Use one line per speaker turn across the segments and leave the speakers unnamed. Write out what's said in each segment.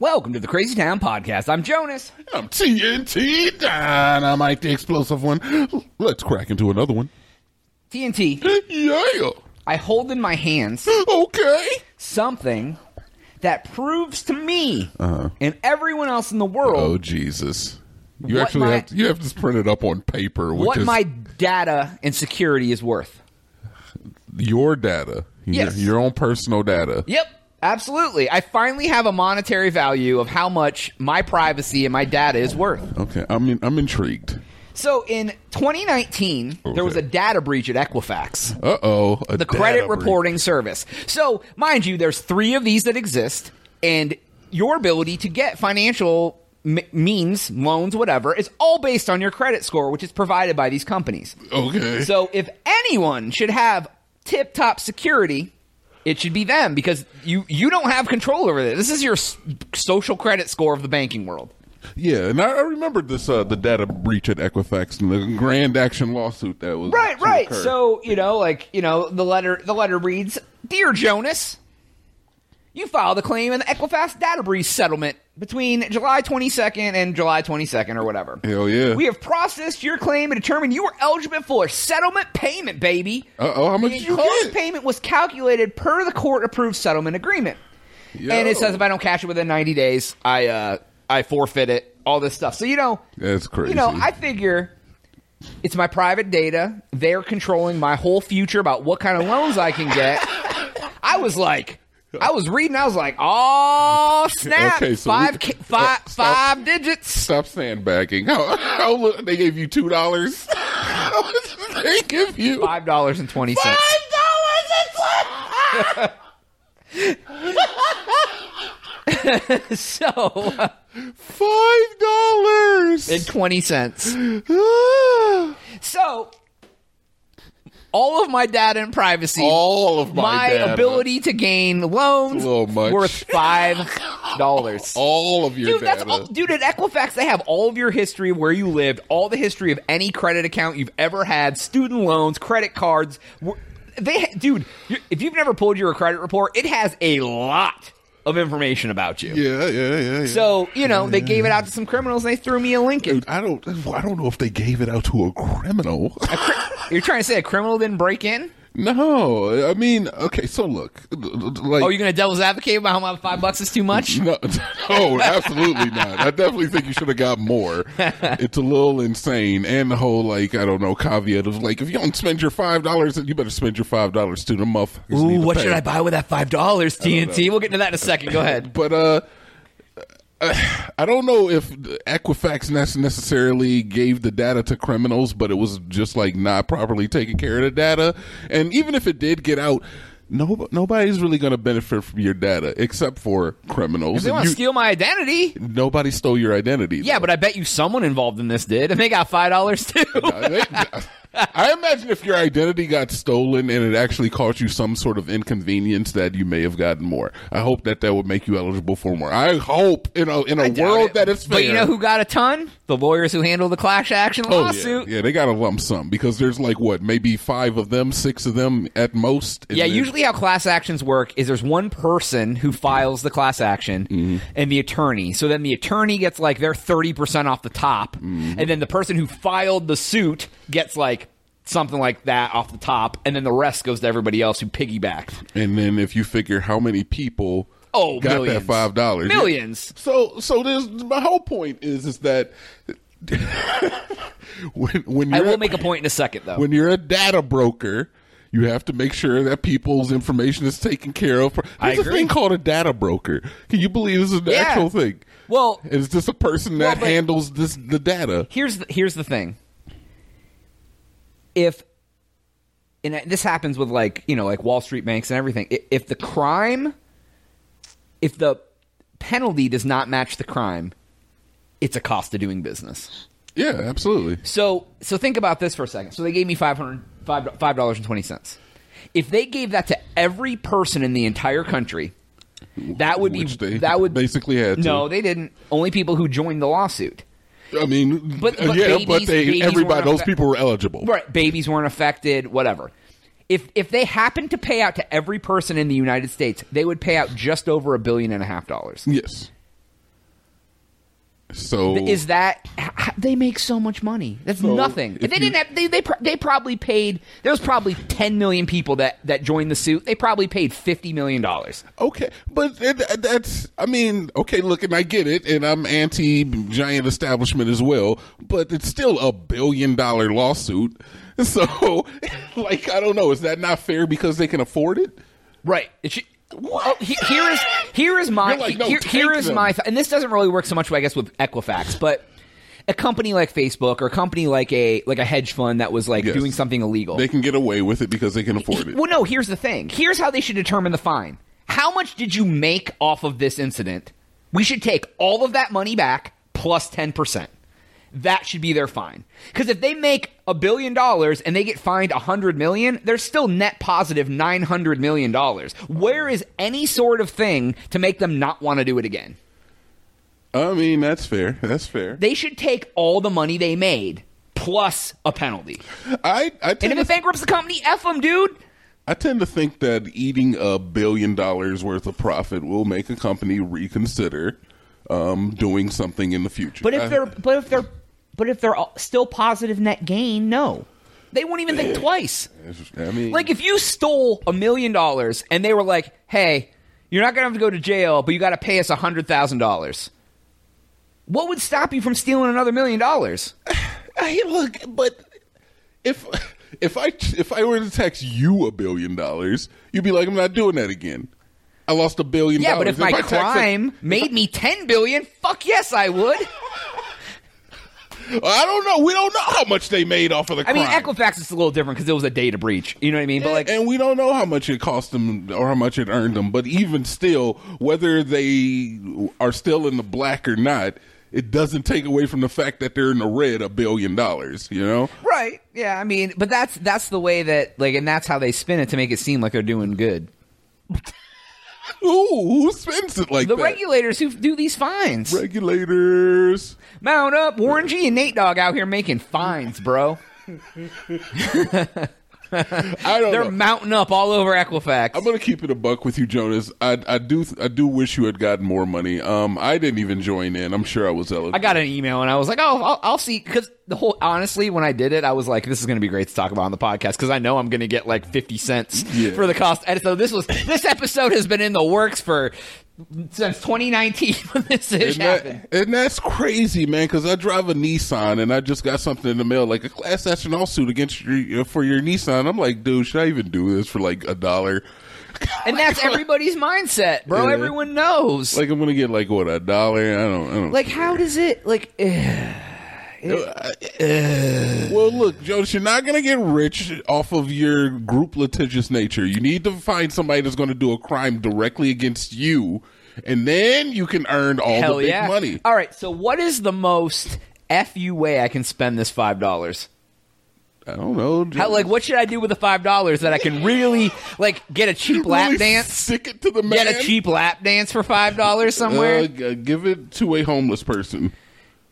Welcome to the Crazy Town Podcast. I'm Jonas.
I'm TNT Dynamite, the explosive one. Let's crack into another one.
TNT,
Yeah.
I hold in my hands
Okay.
something that proves to me
Uh-huh.
and everyone else in the world
Oh Jesus! You
What
actually
my-
have to, you have to print it up on paper, which
what
is
my data and security is worth.
your data,
Yes.
your, your own personal data.
Yep, absolutely. I finally have a monetary value of how much my privacy and my data is worth.
Okay, I mean I'm intrigued.
So in 2019,
Okay.
there was a data breach at Equifax.
Uh oh,
the credit reporting service. So, mind you, there's three of these that exist, and your ability to get financial m- means, loans, whatever, is all based on your credit score, which is provided by these companies.
Okay,
So, if anyone should have tip top security, it should be them because you you don't have control over this. This is your s- social credit score of the banking world.
yeah, and I, I remembered this uh, the data breach at Equifax and the grand action lawsuit that was
Right,
to
right.
occur.
So you know, like you know, the letter the letter reads, "Dear Jonas, you filed a claim in the Equifax data breach settlement between July 22nd and July 22nd, or whatever.
Hell yeah.
We have processed your claim and determined you were eligible for a settlement payment, baby.
Uh oh, how much
the
did you
enclosed
get?
payment was calculated per the court-approved settlement agreement, and it
Yo.
says if I don't cash it within 90 days, I uh, I forfeit it. All this stuff. So you know,
That's crazy.
you know, I figure it's my private data. They're controlling my whole future about what kind of loans I can get. I was like, I was reading. I was like, oh snap!
Okay, so
five,
we-
ki-
uh,
five,
stop.
five digits.
Stop sandbagging. How, how li- they gave you two dollars? How much did they give you
Five dollars and twenty cents. So uh,
Five dollars.
and twenty cents.
Ah.
So all of my data and privacy,
All of my,
my
data.
ability to gain loans,
It's a little much.
worth five dollars.
All of your
Dude,
data.
that's all, dude. At Equifax, they have all of your history of where you lived, all the history of any credit account you've ever had, student loans, credit cards. Wh- They, ha- dude, you- if you've never pulled your credit report, it has a lot of information about you.
yeah, yeah, yeah, yeah.
So you know they gave it out to some criminals, and they threw me a link. in.
Dude, I don't. I don't know if they gave it out to a criminal.
You're trying to say a criminal didn't break in?
no, I mean, okay. So look, like,
Oh, you're gonna devil's advocate about how my five bucks is too much?
No, no, absolutely not. I definitely think you should have got more. It's a little insane, and the whole like I don't know caveat of like if you don't spend your five dollars, then you better spend your five dollars to the motherfuckers. need
Ooh,
to
what
pay.
should I buy with that five dollars? TNT. We'll get into that in a second. Go ahead.
But uh, I don't know if Equifax ne- necessarily gave the data to criminals, but it was just like not properly taking care of the data. And even if it did get out. No, nobody's really going to benefit from your data except for criminals.
They
And
want to
you-
steal my identity.
nobody stole your identity.
Yeah, but I bet you someone involved in this did, and they got five dollars too.
I I imagine if your identity got stolen and it actually caused you some sort of inconvenience, that you may have gotten more. I hope that that would make you eligible for more. I hope in a in a world that it's fair.
But you know who got a ton? The lawyers who handled the clash action
Oh,
lawsuit.
Yeah, yeah, they got a lump sum because there's like what maybe five of them, six of them at most. and
Yeah,
then-
usually how class actions work is there's one person who files the class action
Mm-hmm.
and the attorney. So then the attorney gets like their 30% off the top.
Mm-hmm.
And then the person who filed the suit gets like something like that off the top. And then the rest goes to everybody else who piggybacked.
and then if you figure how many people
Oh,
got
millions.
that five dollars,
Millions.
So, so there's my whole point is is that when when
I
you're
will
at-
make a point in a second, though.
when you're a data broker, you have to make sure that people's information is taken care of. There's
I
a
agree.
thing called a data broker. Can you believe this is an
Yeah.
actual thing?
Well-
it's just a person that
Well, but-
handles this the data.
here's the, here's the thing. If and this happens with like you know like Wall Street banks and everything, i- if the crime, if the penalty does not match the crime, it's a cost of doing business.
Yeah, absolutely.
So so think about this for a second. So they gave me five hundred five five dollars and twenty cents. If they gave that to every person in the entire country, that would
Which
be
they
that would
basically had to.
no, they didn't. Only people who joined the lawsuit.
I mean,
But- but
yeah, but
babies-
they
babies
everybody
weren't
those
affect-
people were eligible.
Right. Babies weren't affected, whatever. If if they happened to pay out to every person in the United States, they would pay out just over a billion and a half dollars.
Yes. So
Is that h- h- they make so much money? That's
So,
nothing. If
if
they
you-
didn't have, they they, pr- they probably paid. There was probably ten million people that that joined the suit. They probably paid fifty million dollars.
Okay, but it, that's I mean, okay, look, and I get it, and I'm anti giant establishment as well, but it's still a billion dollar lawsuit. So, like, I don't know, is that not fair because they can afford it?
Right. It should, Oh, he- here is here is my
You're like, no,
here,
take
here is
them.
my th- and this doesn't really work so much I guess with Equifax, but a company like Facebook or a company like a like a hedge fund that was like
Yes.
doing something illegal.
They can get away with it because they can afford it.
well, no. Here's the thing. Here's how they should determine the fine. How much did you make off of this incident? We should take all of that money back plus ten percent. That should be their fine. Because if they make a billion dollars and they get fined a hundred million, they're still net positive nine hundred million dollars. Where is any sort of thing to make them not want to do it again?
I mean, that's fair. That's fair.
They should take all the money they made plus a penalty.
I I
And
tend,
if
to,
it bankrupts the company, f them, dude.
I tend to think that eating a billion dollars worth of profit will make a company reconsider um, doing something in the future.
But
I-
if they're but if they're but if they're all- still positive net gain, no, they won't even think twice.
I mean,
Like if you stole a million dollars and they were like, "Hey, you're not gonna have to go to jail, but you got to pay us a hundred thousand dollars." What would stop you from stealing another million dollars?
I look, but if if I if I were to tax you a billion dollars, you'd be like, I'm not doing that again. I lost a billion.
Yeah, but
dollars.
if my
I tax a-
crime made me ten billion, fuck yes, I would.
I don't know. We don't know how much they made off of the
I
crime.
mean, Equifax is a little different because it was a data breach. You know what I mean? But like,
and we don't know how much it cost them or how much it earned them. But even still, whether they are still in the black or not, it doesn't take away from the fact that they're in the red a billion dollars. You know.
Right. Yeah. I mean, but that's that's the way that like, and that's how they spin it to make it seem like they're doing good.
Ooh, who spends it like
The
that?
regulators who do these fines.
Regulators.
Mount up, Warren G and Nate Dogg out here making fines, bro.
I don't
They're
know.
mounting up all over Equifax.
I'm gonna keep it a buck with you, Jonas. I, I do I do wish you had gotten more money. Um, I didn't even join in. I'm sure I was eligible.
I got an email and I was like, oh, I'll, I'll see. Because the whole, honestly, when I did it, I was like, this is going to be great to talk about on the podcast because I know I'm going to get like 50 cents
Yeah.
for the cost. And so this was, this episode has been in the works for since 2019 when this ish
and, that-
happened.
and that's crazy, man. Because I drive a Nissan, and I just got something in the mail, like a class action lawsuit against your for your Nissan. I'm like, dude, should I even do this for like a dollar?
And that's everybody's mindset, bro.
Yeah.
Everyone knows. Like,
Like, I'm gonna get like what a dollar? I don't. I don't.
how does it like? eh,
well, look, Jonas, you're not gonna get rich off of your group litigious nature. You need to find somebody that's gonna do a crime directly against you. And then you can earn all
hell
the big
yeah!
money.
All right, so what is the most fu way I can spend this five dollars?
I don't know. Just
How like what should I do with the five dollars that I can really like get a cheap lap
really
dance?
Stick it to the man.
Get a cheap lap dance for five dollars
Uh,
somewhere?
g- give it to a homeless person.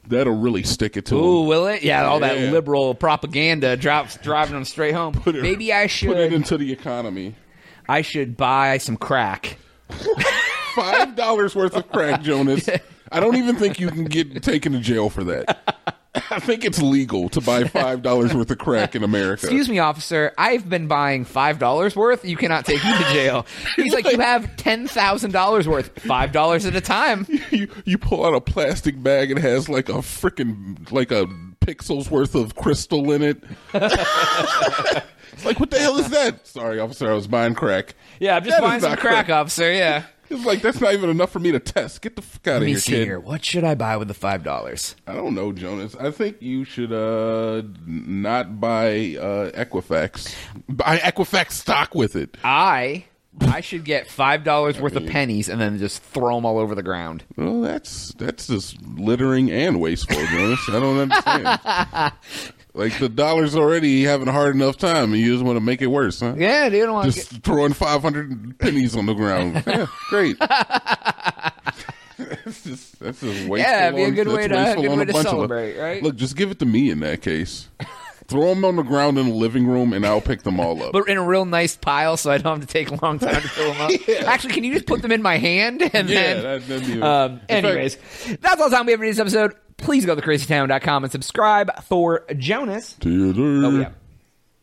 That'll really stick it to
Ooh,
'em.
will it? Yeah, all
Yeah.
that liberal propaganda drops driving them straight home.
it-
Maybe I
Put it
should.
into the economy.
I should buy some crack.
Five dollars worth of crack, Jonas. I don't even think you can get taken to jail for that. I think it's legal to buy five dollars worth of crack in America.
Excuse me, officer. I've been buying five dollars worth. You cannot take me to jail. He's like, you have ten thousand dollars worth, five dollars at a time.
You you pull out a plastic bag and it has like a freaking like a pixels worth of crystal in it. it's like what the hell is that? Sorry, officer, I was buying crack.
Yeah, I'm just
That is
buying some
not
crack, officer. Yeah.
It's like that's not even enough for me to test. Get the fuck out
Let
of
me
here,
see
kid.
here. What should I buy with the five dollars?
I don't know, Jonas. I think you should uh not buy uh Equifax. Buy Equifax stock with it.
I I should get five dollars worth of pennies and then just throw them all over the ground.
Well, that's that's just littering and wasteful, Jonas. I don't understand. like the dollar's already having a hard enough time, and you just want to make it worse, huh?
Yeah, dude. I want
Just throwing five hundred pennies on the ground. Yeah, great. just, that's just wasteful.
Yeah, it'd be a
on-
good
that's
way to-
wasteful
good
on
way
a
to
bunch of-
celebrate, right?
Look, just give it to me in that case. Throw them on the ground in the living room, and I'll pick them all up.
But in a real nice pile, so I don't have to take a long time to fill them up. Actually, can you just put them in my hand and
yeah,
then?
that, that'd be
Um,
in fact,
anyways, that's all the time we have for this episode. Please go to crazytown.com and subscribe. Thor Jonas.
Theater.
Oh, yeah.